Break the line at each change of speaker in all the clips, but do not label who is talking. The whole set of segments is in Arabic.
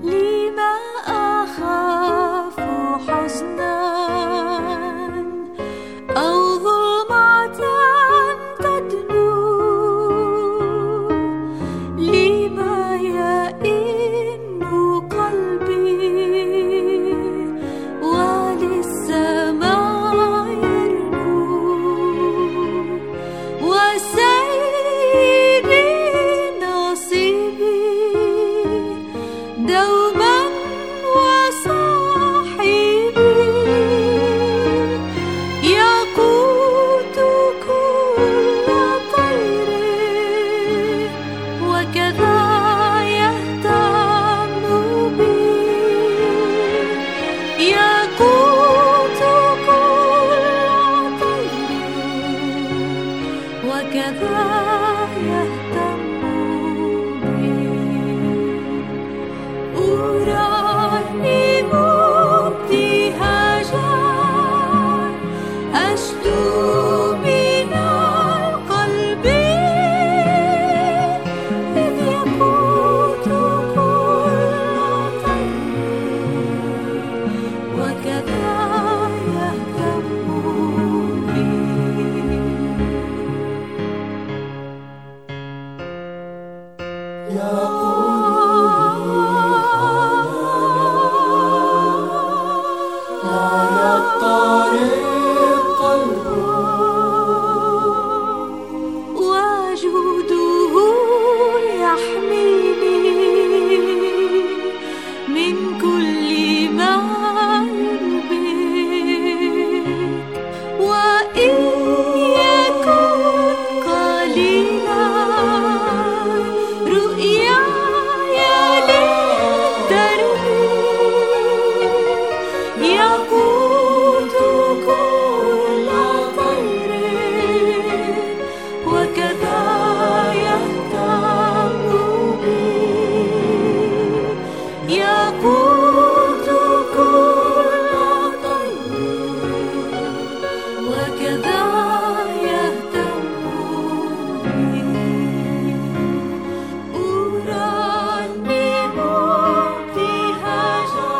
ما أخاف حزنا أو ظلمة تدنو لما يئن قلبي وللسماء يرنو وسيري نصيبي دوما وصاحبي يقود كل طير وكذا يهتم بي يقود كل طير وكذا يهتم بي أراهب ابتهاجا أشدو من القلب إذ يقود كل طير وكذا يهتم بي وجوده يحميني من كل ما يربك وإن يكن قليلا رؤياي للدرب يقود كل طير وكذا يهتم بي يقود كل طير وكذا يهتم بي أرنم ابتهاجا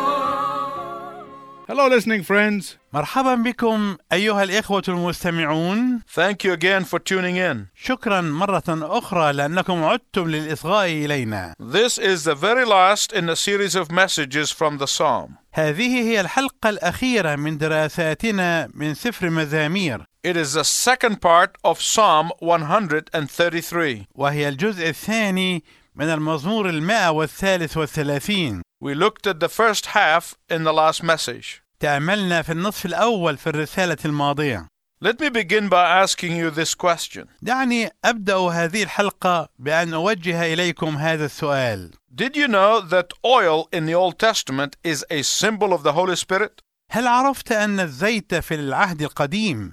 Hello, listening friends.
مرحبا بكم أيها الإخوة المستمعون
Thank you again for tuning in.
شكرا مرة أخرى لأنكم عدتم للإصغاء إلينا
This is the very last in a series of messages from the psalm.
هذه هي الحلقة الأخيرة من دراساتنا من سفر مزامير
It is the second part of Psalm 133.
وهي الجزء الثاني من المزمور المائة والثالث والثلاثين
We looked at the first half in the last message.
تأملنا في النصف الأول في الرسالة الماضية
Let me begin by asking you this question
دعني أبدأ هذه الحلقة بأن أوجه إليكم هذا السؤال
Did you know that oil in the Old Testament is a symbol of the Holy Spirit?
هل عرفت أن الزيت في العهد القديم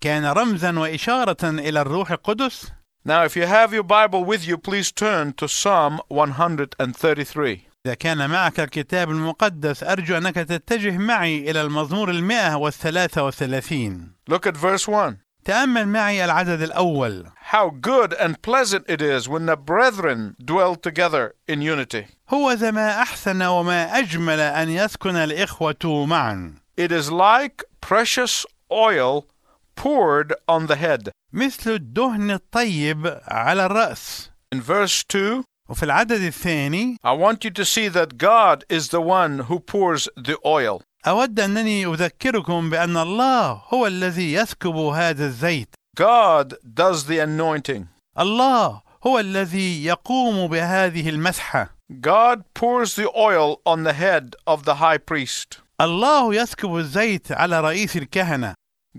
كان رمزا وإشارة إلى الروح القدس؟
Now, if you have your Bible with you, please turn to Psalm 133.
إذا كان معك الكتاب المقدس أرجو أنك تتجه معي إلى المزمور المائة والثلاثة والثلاثين
Look at verse 1.
تأمل معي العدد الأول
How good and pleasant it is when the brethren dwell together in unity.
هو ذا ما أحسن وما أجمل أن يسكن الإخوة معا
It is like precious oil poured on the head.
مثل الدهن الطيب على الرأس
In verse 2,
وفي العدد الثاني
I want you to see that God is the one who pours the oil.
أود أنني أذكركم بأن الله هو الذي يسكب هذا الزيت
God does the anointing.
الله هو الذي يقوم بهذه المسحة
God pours the oil on the head of the high priest.
الله يسكب الزيت على رئيس الكهنة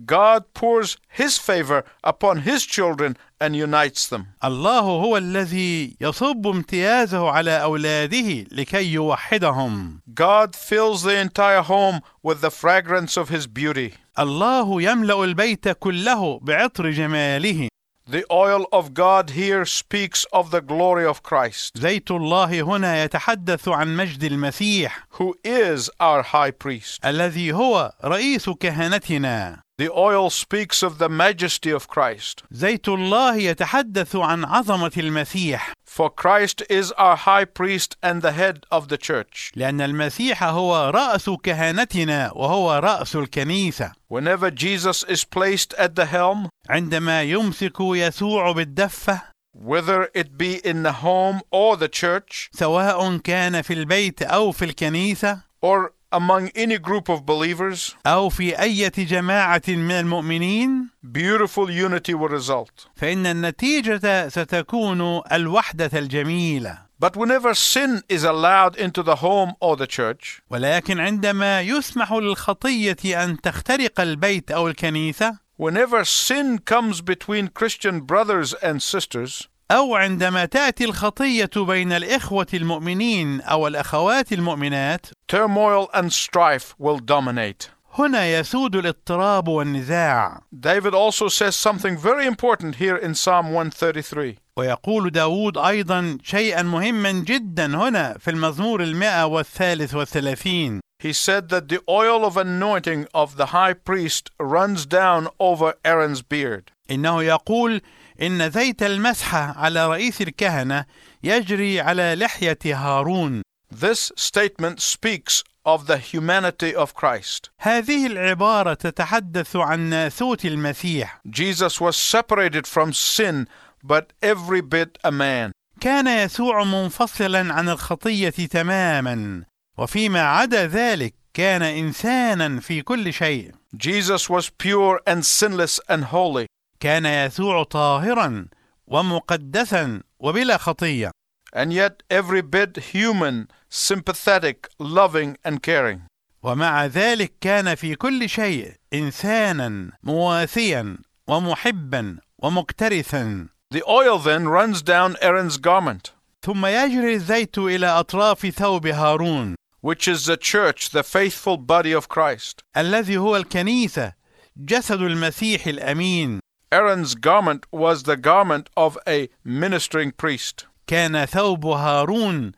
God pours his favor upon his children and unites them.
الله هو الذي يصب امتيازه على أولاده لكي يوحدهم
God fills the entire home with the fragrance of his beauty.
الله يملأ البيت كله بعطر جماله
The oil of God here speaks of the glory of Christ,
زيت الله هنا يتحدث عن مجد المسيح
who is our high priest.
الذي هو رئيس كهنتنا
The oil speaks of the majesty of Christ.
زيت الله يتحدث عن عظمة المسيح
For Christ is our high priest and the head of the church.
لأن المسيح هو رأس كهنتنا وهو رأس الكنيسة
Whenever Jesus is placed at the helm,
عندما يمسك يسوع بالدفة
whether it be in the home or the church,
سواء كان في البيت أو في الكنيسة
or among any group of believers,
أو في أي جماعة من المؤمنين
beautiful unity will result.
فإن النتيجة ستكون الوحدة الجميلة
But whenever sin is allowed into the home or the church,
ولكن عندما يسمح للخطية أن تخترق البيت أو الكنيسة
whenever sin comes between Christian brothers and sisters,
أو عندما تأتي الخطية بين الإخوة المؤمنين أو الأخوات المؤمنات
turmoil and strife will dominate.
هنا يسود الاضطراب والنزاع
David also says something very important here in Psalm 133.
ويقول داود أيضا شيئا مهما جدا هنا في المزمور المئة والثالث والثلاثين
He said that the oil of anointing of the high priest runs down over Aaron's beard.
إنه يقول إن زيت المسحة على رئيس الكهنة يجري على لحية هارون
This statement speaks of the humanity of Christ.
هذه العبارة تتحدث عن ناسوت المسيح
Jesus was separated from sin, but every bit a man.
كان يسوع منفصلا عن الخطية تماما وفيما عدا ذلك كان إنسانا في كل شيء
Jesus was pure and sinless and holy.
كان يسوع طاهرا ومقدسا وبلا خطية
and yet every bit human, sympathetic, loving, and caring.
ومع ذلك كان في كل شيء إنسانا مواسيا ومحبا ومكترثا
The oil then runs down Aaron's garment,
ثم يجري الزيت إلى أطراف ثوب هارون
which is the church, the faithful body of Christ.
الذي هو الكنيسة جسد المسيح الأمين
Aaron's garment was the garment of a ministering priest.
كان ثوب هارون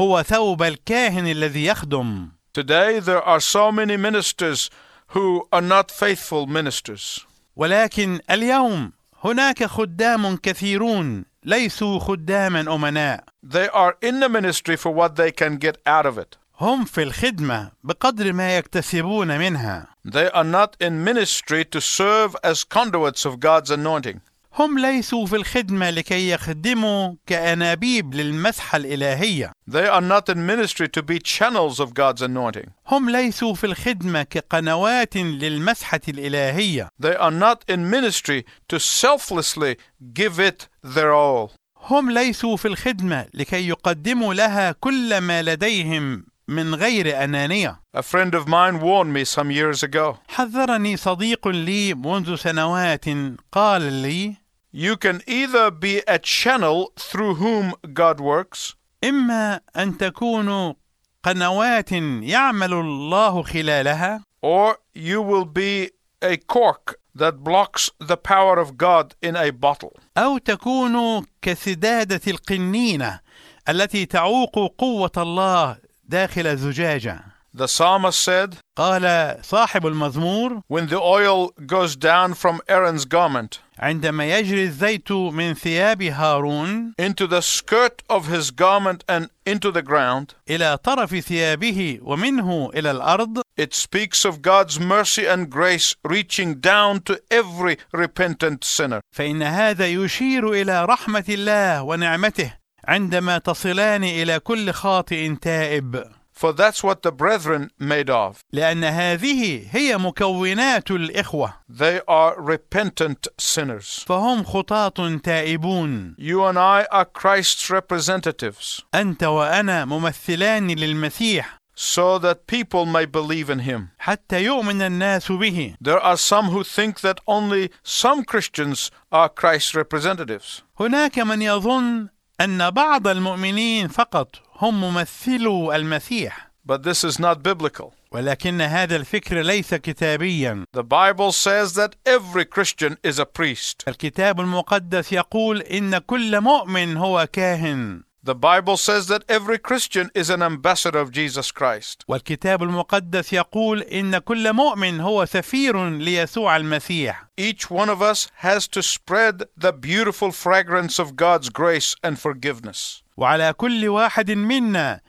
هو ثوب الكاهن الذي يخدم
Today there are so many ministers who are not faithful ministers.
ولكن اليوم هناك خدام كثيرون ليسوا خداما أمناء
They are in the ministry for what they can get out of it.
هم في الخدمة بقدر ما يكتسبون منها
They are not in ministry to serve as conduits of God's anointing.
هم ليسوا في الخدمة لكي يخدموا كأنابيب للمسحة الإلهية
They are not in ministry to be channels of God's anointing.
هم ليسوا في الخدمة كقنوات للمسحة الإلهية
They are not in ministry to selflessly give it their all.
هم ليسوا في الخدمة لكي يقدموا لها كل ما لديهم من غير أنانية
A friend of mine warned me some years ago
حذرني صديق لي منذ سنوات قال لي
you can either be a channel through whom God works,
إما أن تكونوا قنوات يعمل الله خلالها
or you will be a cork that blocks the power of God in a bottle.
أو تكونوا كسدادة القنينة التي تعوق قوة الله داخل زجاجة
The psalmist said,
قال صاحب المزمور
When the oil goes down from Aaron's garment
عندما يجري الزيت من ثياب هارون
into the skirt of his garment and into the ground,
إلى طرف ثيابه ومنه إلى الأرض
It speaks of God's mercy and grace reaching down to every repentant sinner.
فإن هذا يشير إلى رحمة الله ونعمته عندما تصلان إلى كل خاطئ تائب
For that's what the brethren made of.
لأن هذه هي مكونات الإخوة
They are repentant sinners.
فهم خطاة تائبون
You and I are Christ's representatives,
أنت وأنا ممثلان للمسيح
so that people may believe in him.
حتى يؤمن الناس به
There are some who think that only some Christians are Christ's representatives.
هناك من يظن أن بعض المؤمنين فقط هم ممثلو المسيح
But this is not biblical.
ولكن هذا الفكر ليس كتابيا
The Bible says that every Christian is a priest.
الكتاب المقدس يقول إن كل مؤمن هو كاهن
The Bible says that every Christian is an ambassador of Jesus Christ.
والكتاب المقدس يقول إن كل مؤمن هو سفير ليسوع المسيح
Each one of us has to spread the beautiful fragrance of God's grace and forgiveness.
وعلى كل واحد منا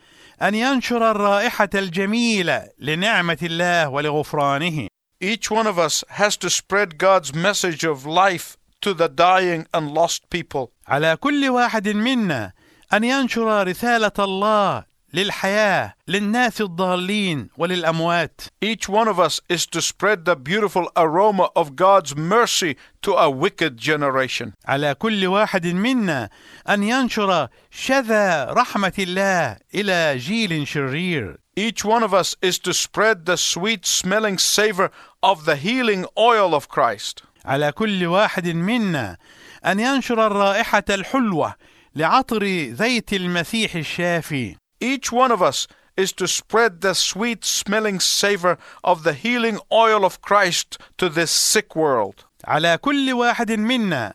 أن ينشر الرائحة الجميلة لنعمة الله ولغفرانه
Each one of us has to spread God's message of life to the dying and lost people.
على كل واحد منا أن ينشر رسالة الله للحياة للناس الضالين وللأموات
Each one of us is to spread the beautiful aroma of God's mercy to a wicked generation.
على كل واحد منا أن ينشر شذا رحمة الله إلى جيل شرير
Each one of us is to spread the sweet smelling savor of the healing oil of Christ.
على كل واحد منا أن ينشر الرائحة الحلوة لعطر زيت المسيح الشافي
Each one of us is to spread the sweet smelling savor of the healing oil of Christ to this sick world.
على كل واحد منا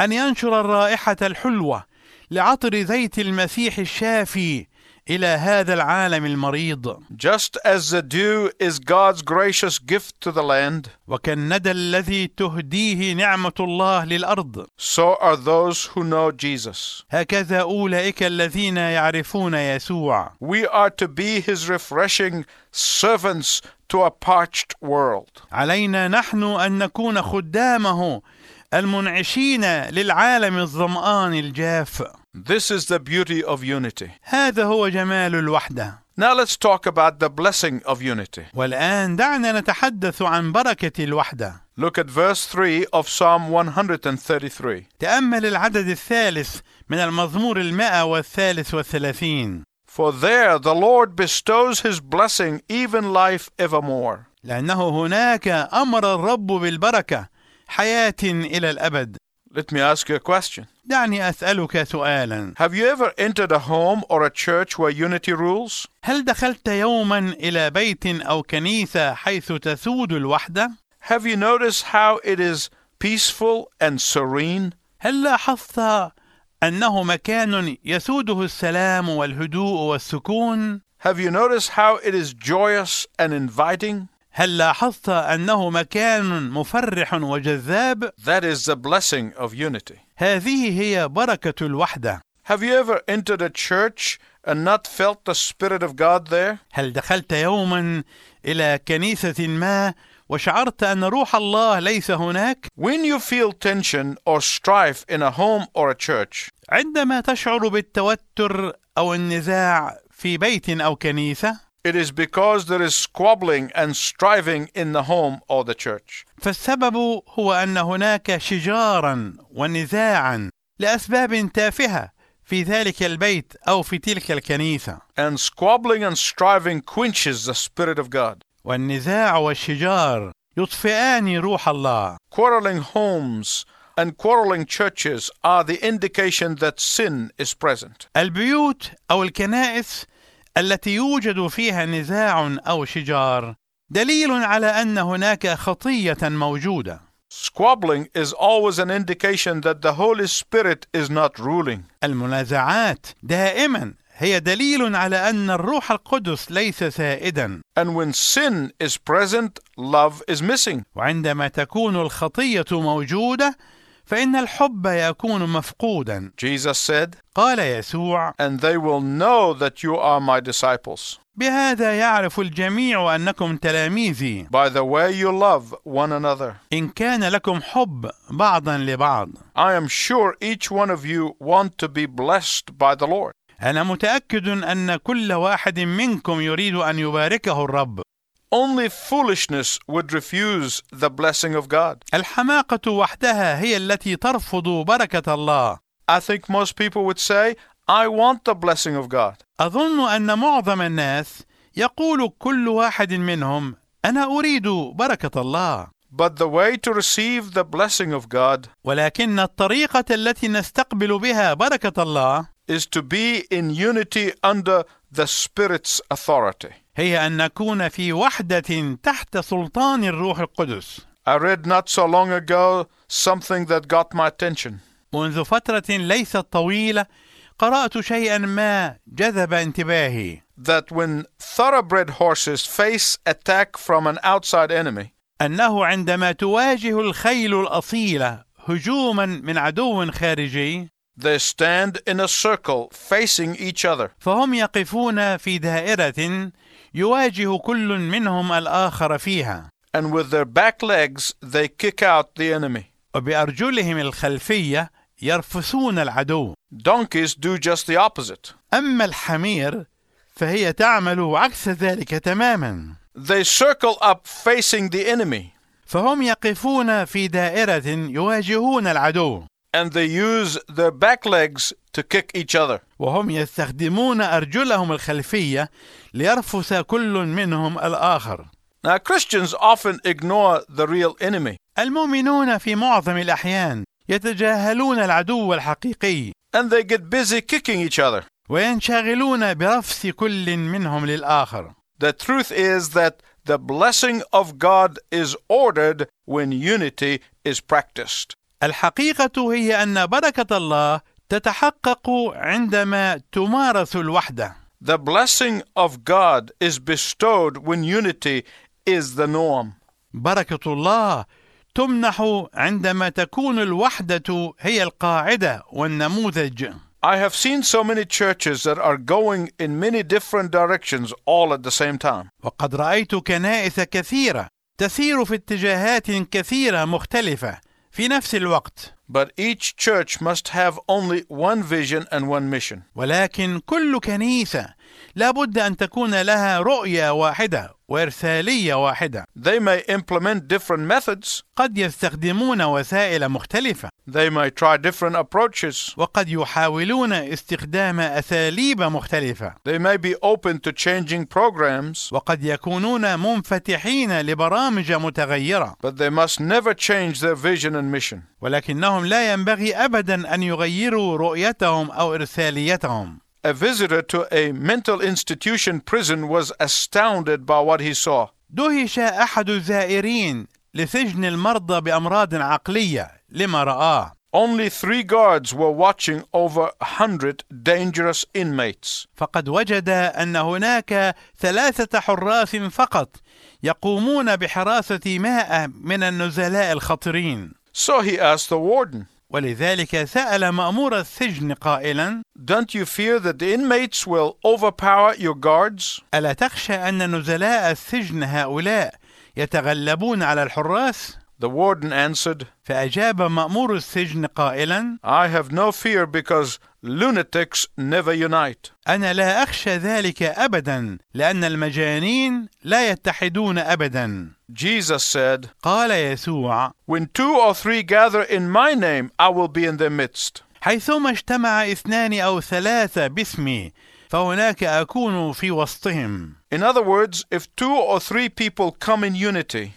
أن ينشر الرائحة الحلوة لعطر زيت المسيح الشافي إلى هذا العالم المريض
Just as the dew is God's gracious gift to the land,
وكالندى الذي تهديه نعمة الله للأرض
so are those who know Jesus.
هكذا أولئك الذين يعرفون يسوع
We are to be his refreshing servants to a parched world.
علينا نحن أن نكون خدامه المنعشين للعالم الظمآن الجاف
This is the beauty of unity.
هذا هو جمال الوحدة
Now let's talk about the blessing of unity.
والآن دعنا نتحدث عن بركة الوحدة
Look at verse 3 of Psalm 133.
تأمل العدد الثالث من المزمور المائة والثالث والثلاثين
For there the Lord bestows his blessing, even life evermore.
لأنه هناك أمر الرب بالبركة حياة إلى الأبد
Let me ask you a question.
دعني أسألك سؤالا
Have you ever entered a home or a church where unity rules?
هل دخلت يوما إلى بيت أو كنيسة حيث تسود الوحدة؟
Have you noticed how it is peaceful and serene?
هل لاحظت أنه مكان يسوده السلام والهدوء والسكون؟
Have you noticed how it is joyous and inviting?
هل لاحظت أنه مكان مفرح وجذاب؟
That is the blessing of unity.
هذه هي بركة الوحدة.
Have you ever entered a church and not felt the Spirit of God there?
هل دخلت يوما إلى كنيسة ما وشعرت أن روح الله ليس هناك؟
When you feel tension or strife in a home or a church,
عندما تشعر بالتوتر أو النزاع في بيت أو كنيسة،
It is because there is squabbling and striving in the home or the church.
فالسبب هو ان هناك شجارا ونزاعا لاسباب تافهه في ذلك البيت او في تلك الكنيسه
And squabbling and striving quenches the Spirit of God.
والنزاع والشجار يطفئان روح الله
Quarreling homes and quarreling churches are the indication that sin is present.
البيوت او الكنائس التي يوجد فيها نزاع او شجار دليل على ان هناك خطيه موجوده
Squabbling is always an indication that the Holy Spirit is not ruling.
المنازعات دائما هي دليل على ان الروح القدس ليس سائدا
And when sin is present, love is missing.
وعندما تكون الخطية موجودة فإن الحب يكون مفقودا.
Jesus said,
قال يسوع:
And they will know that you are my disciples
بهذا يعرف الجميع أنكم تلاميذي
by the way you love one another.
إن كان لكم حب بعضا لبعض.
I am sure each one of you want to be blessed by the Lord.
أنا متأكد أن كل واحد منكم يريد أن يباركه الرب.
Only foolishness would refuse the blessing of God.
الحماقة وحدها هي التي ترفض بركة الله.
I think most people would say, I want the blessing of God.
أظن أن معظم الناس يقول كل واحد منهم: أنا أريد بركة الله.
But the way to receive the blessing of God
ولكن الطريقة التي نستقبل بها بركة الله
is to be in unity under the Spirit's authority.
هي أن نكون في وحدة تحت سلطان الروح القدس.
I read not so long ago something that got my attention.
منذ فترة ليست طويلة قد قرات شيئا ما جذب انتباهي
that when thoroughbred horses face attack from an outside enemy,
انه عندما تواجه الخيل الاصيله هجوما من عدو خارجي
they stand in a circle facing each other.
فهم يقفون في دائره يواجه كل منهم الاخر فيها
and with their back legs they kick out the enemy.
وبارجلهم الخلفيه يرفسون العدو
Donkeys do just the opposite.
اما الحمير فهي تعمل عكس ذلك تماما
They circle up facing the enemy
فهم يقفون في دائره يواجهون العدو
and they use their back legs to kick each other.
وهم يستخدمون ارجلهم الخلفيه ليرفس كل منهم الاخر
Now, Christians often ignore the real enemy
المؤمنون في معظم الاحيان يتجاهلون العدو الحقيقي
and they get busy kicking each other.
وينشغلون برفس كل منهم للاخر
The truth is that the blessing of God is ordered when unity is practiced.
الحقيقه هي ان بركه الله تتحقق عندما تمارس الوحده
The blessing of God is bestowed when unity is the norm.
بركه الله تمنح عندما تكون الوحده هي القاعده والنموذج
I have seen so many churches that are going in many different directions all at the same time.
وقد رايت كنائس كثيره تسير في اتجاهات كثيره مختلفه في نفس الوقت
But each church must have only one vision and one mission.
ولكن كل كنيسه لا بد ان تكون لها رؤيه واحده وارساليه واحده
They may implement different methods,
قد يستخدمون وسائل مختلفه
they may try different approaches,
وقد يحاولون استخدام اساليب مختلفه
they may be open to changing programs,
وقد يكونون منفتحين لبرامج متغيره
but they must never change their vision and mission.
ولكنهم لا ينبغي ابدا ان يغيروا رؤيتهم او ارساليتهم
A visitor to a mental institution prison was astounded by what he saw.
دهش احد الزائرين لسجن المرضى بامراض عقليه لما راه
Only three guards were watching over a hundred dangerous inmates.
فقد وجد ان هناك ثلاثه حراس فقط يقومون بحراسه مائه من النزلاء الخطرين
So he asked the warden,
ولذلك سال مامور السجن قائلا
Don't you fear that the inmates will overpower your guards?
الا تخشى ان نزلاء السجن هؤلاء يتغلبون على الحراس
The warden answered,
فاجاب مامور السجن قائلا
I have no fear because lunatics never unite.
انا لا اخشى ذلك ابدا لان المجانين لا يتحدون ابدا
Jesus said,
قال يسوع
When two or three gather in my name, I will be in their midst.
حيثما اجتمع اثنان او ثلاثه باسمي فهناك اكون في وسطهم
In other words, if two or three people come in unity,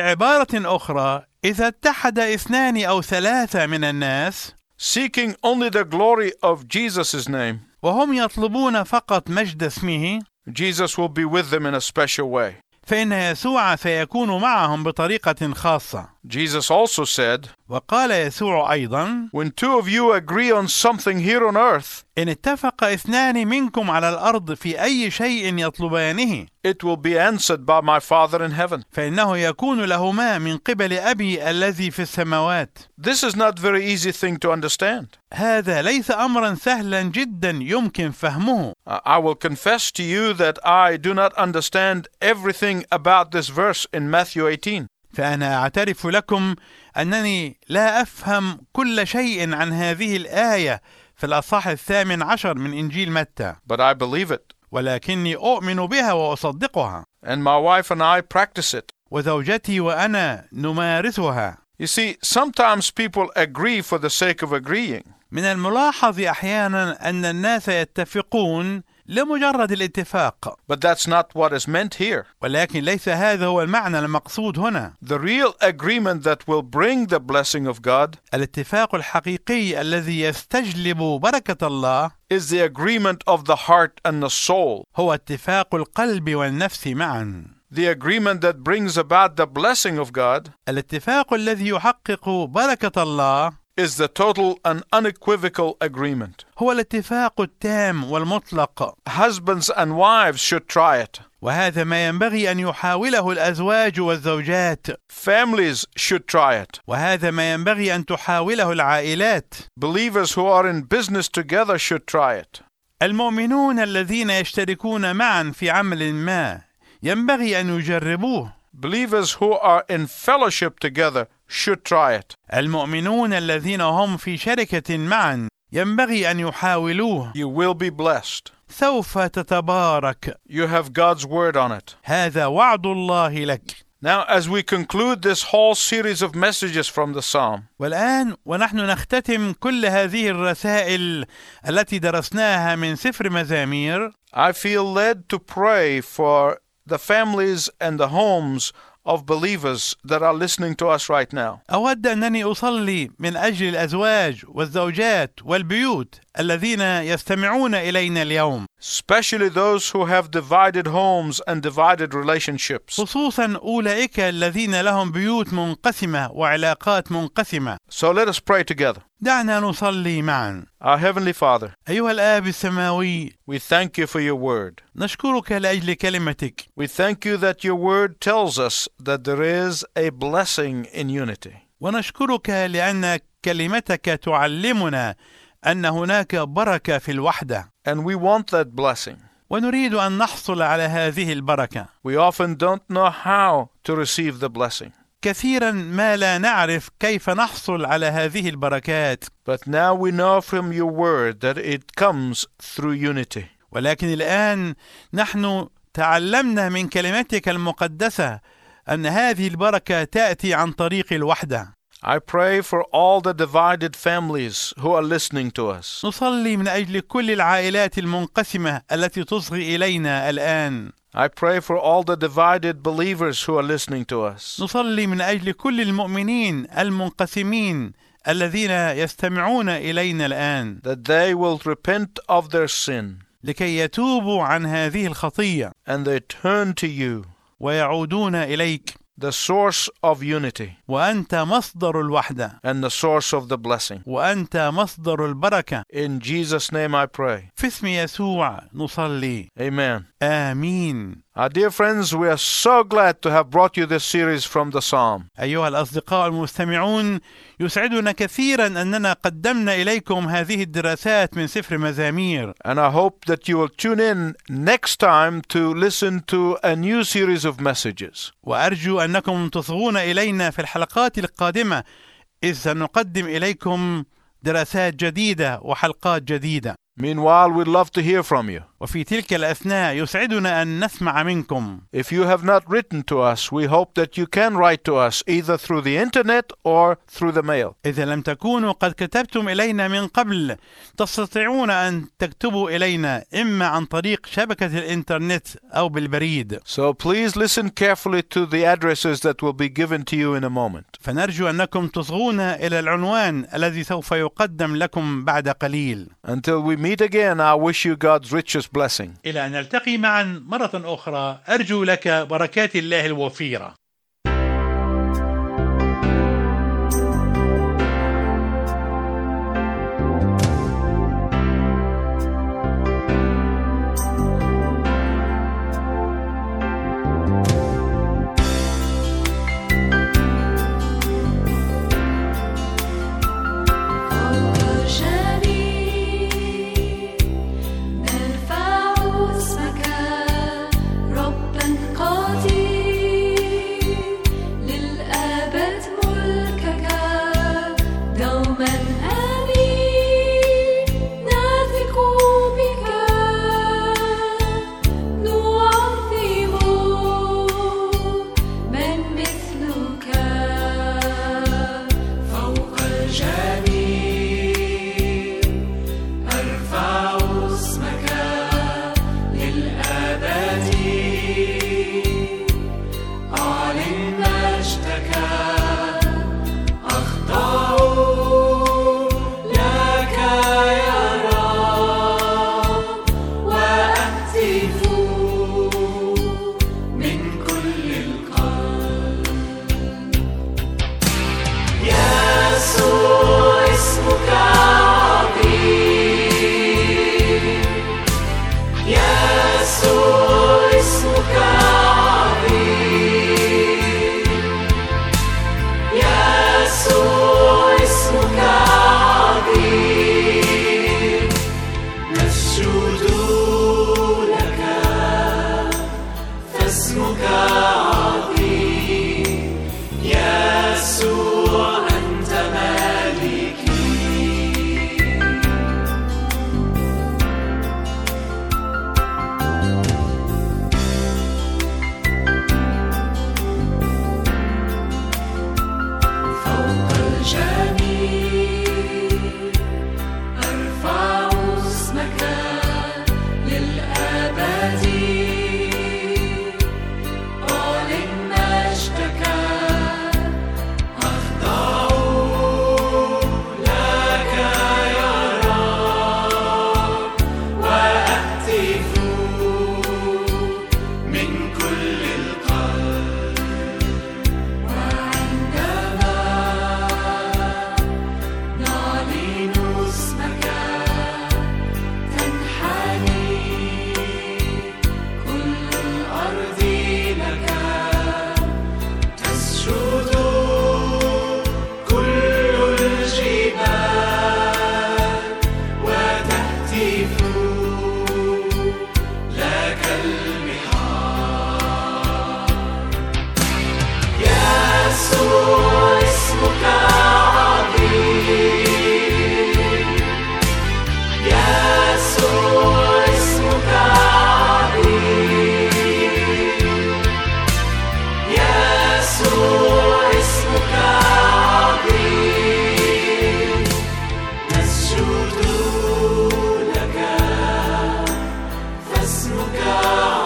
وبعباره اخرى اذا اتحد اثنان او ثلاثه من الناس
seeking only the glory of Jesus' name,
وهم يطلبون فقط مجد اسمه
Jesus will be with them in a special way.
فان يسوع سيكون معهم بطريقه خاصه
Jesus also said,
وقال يسوع ايضا
When two of you agree on something here on earth,
ان اتفق اثنان منكم على الارض في اي شيء يطلبانه
it will be answered by my Father in heaven.
فانه يكون لهما من قبل ابي الذي في السماوات
This is not very easy thing to understand.
هذا ليس امرا سهلا جدا يمكن فهمه
I I will confess to you that I do not understand everything about this verse in Matthew 18.
فانا اعترف لكم انني لا افهم كل شيء عن هذه الايه في الاصحاح الثامن عشر من انجيل متى
But I believe it,
ولكني اؤمن بها واصدقها
and my wife and I practice it.
وزوجتي وانا نمارسها
You see, sometimes people agree for the sake of agreeing,
من الملاحظ احيانا ان الناس يتفقون لمجرد الاتفاق
but that's not what is meant here.
ولكن ليس هذا هو المعنى المقصود هنا
The real agreement that will bring the blessing of God
الاتفاق الحقيقي الذي يستجلب بركه الله
is the agreement of the heart and the soul,
هو اتفاق القلب والنفس معا
the agreement that brings about the blessing of God.
الاتفاق الذي يحقق بركه الله
is the total and unequivocal agreement.
هو الاتفاق التام والمطلق
Husbands and wives should try it.
وهذا ما ينبغي أن يحاوله الأزواج والزوجات
Families should try it.
وهذا ما ينبغي أن تحاوله العائلات
Believers who are in business together should try it.
المؤمنون الذين يشتركون معا في عمل ما ينبغي أن يجربوه
Believers who are in fellowship together should try it.
المؤمنون الذين هم في شركة معا ينبغي أن يحاولوه
You will be blessed.
سوف تتبارك
You have God's word on it.
هذا وعد الله لك
Now, as we conclude this whole series of messages from the psalm,
والآن ونحن نختتم كل هذه الرسائل التي درسناها من سفر مزامير
I feel led to pray for the families and the homes of believers that are listening to us right now.
أود أنني أصلي من أجل الأزواج والزوجات والبيوت الذين يستمعون إلينا اليوم
especially those who have divided homes and divided relationships,
خصوصا أولئك الذين لهم بيوت منقسمة وعلاقات منقسمة
so let us pray together.
دعنا نصلي معا
Our Heavenly Father,
أيها الآب السماوي
we thank you for your word.
نشكرك لأجل كلمتك
We thank you that your word tells us that there is a blessing in unity.
ونشكرك لأن كلمتك تعلمنا أن هناك بركة في الوحدة
And we want that blessing.
ونريد أن نحصل على هذه البركة
We often don't know how to receive the blessing.
كثيرا ما لا نعرف كيف نحصل على هذه البركات
But now we know from your word that it comes through unity.
ولكن الآن نحن تعلمنا من كلمتك المقدسة أن هذه البركة تأتي عن طريق الوحدة.
I pray for all the divided families who are listening to us.
نصلي من أجل كل العائلات المنقسمة التي تصغي إلينا الآن.
I pray for all the divided believers who are listening to us.
نصلي من أجل كل المؤمنين المنقسمين الذين يستمعون إلينا الآن
that they will repent of their sin
لكي يتوبوا عن هذه الخطية
and they turn to you,
ويعودون إليك
the source of unity
وأنت مصدر الوحدة
and the source of the blessing.
وأنت مصدر البركة
In Jesus' name I pray.
في اسم يسوع نصلي
Amen.
آمين
Our dear friends, we are so glad to have brought you this series from the Psalm.
أيها الأصدقاء المستمعون يسعدنا كثيرا أننا قدمنا إليكم هذه الدراسات من سفر مزامير
And I hope that you will tune in next time to listen to a new series of messages.
وأرجو أنكم تصغون إلينا في الحلقات القادمة إذ سنقدم إليكم دراسات جديدة وحلقات جديدة
Meanwhile, we'd love to hear from you.
وفي تلك الأثناء يسعدنا أن نسمع منكم
If you have not written to us, we hope that you can write to us either through the internet or through the mail.
إذا لم تكونوا قد كتبتم إلينا من قبل تستطيعون أن تكتبوا إلينا إما عن طريق شبكة الإنترنت أو بالبريد
So please listen carefully to the addresses that will be given to you in a moment.
فنرجو أنكم تصغون إلى العنوان الذي سوف يقدم لكم بعد قليل
Until we meet again, I wish you God's richest blessing.
إلى أن نلتقي معا مرة أخرى أرجو لك بركات الله الوفيرة
فوق الجليل نرفع اسمك ربا قدير للأبد ملكك دوما أمين نثق بك نعظم من مثلك فوق الجميع أرفع اسمك للأبد أعلن مجدك أخضع لك يا رب وأهتف من كل القلب يسوع اسمك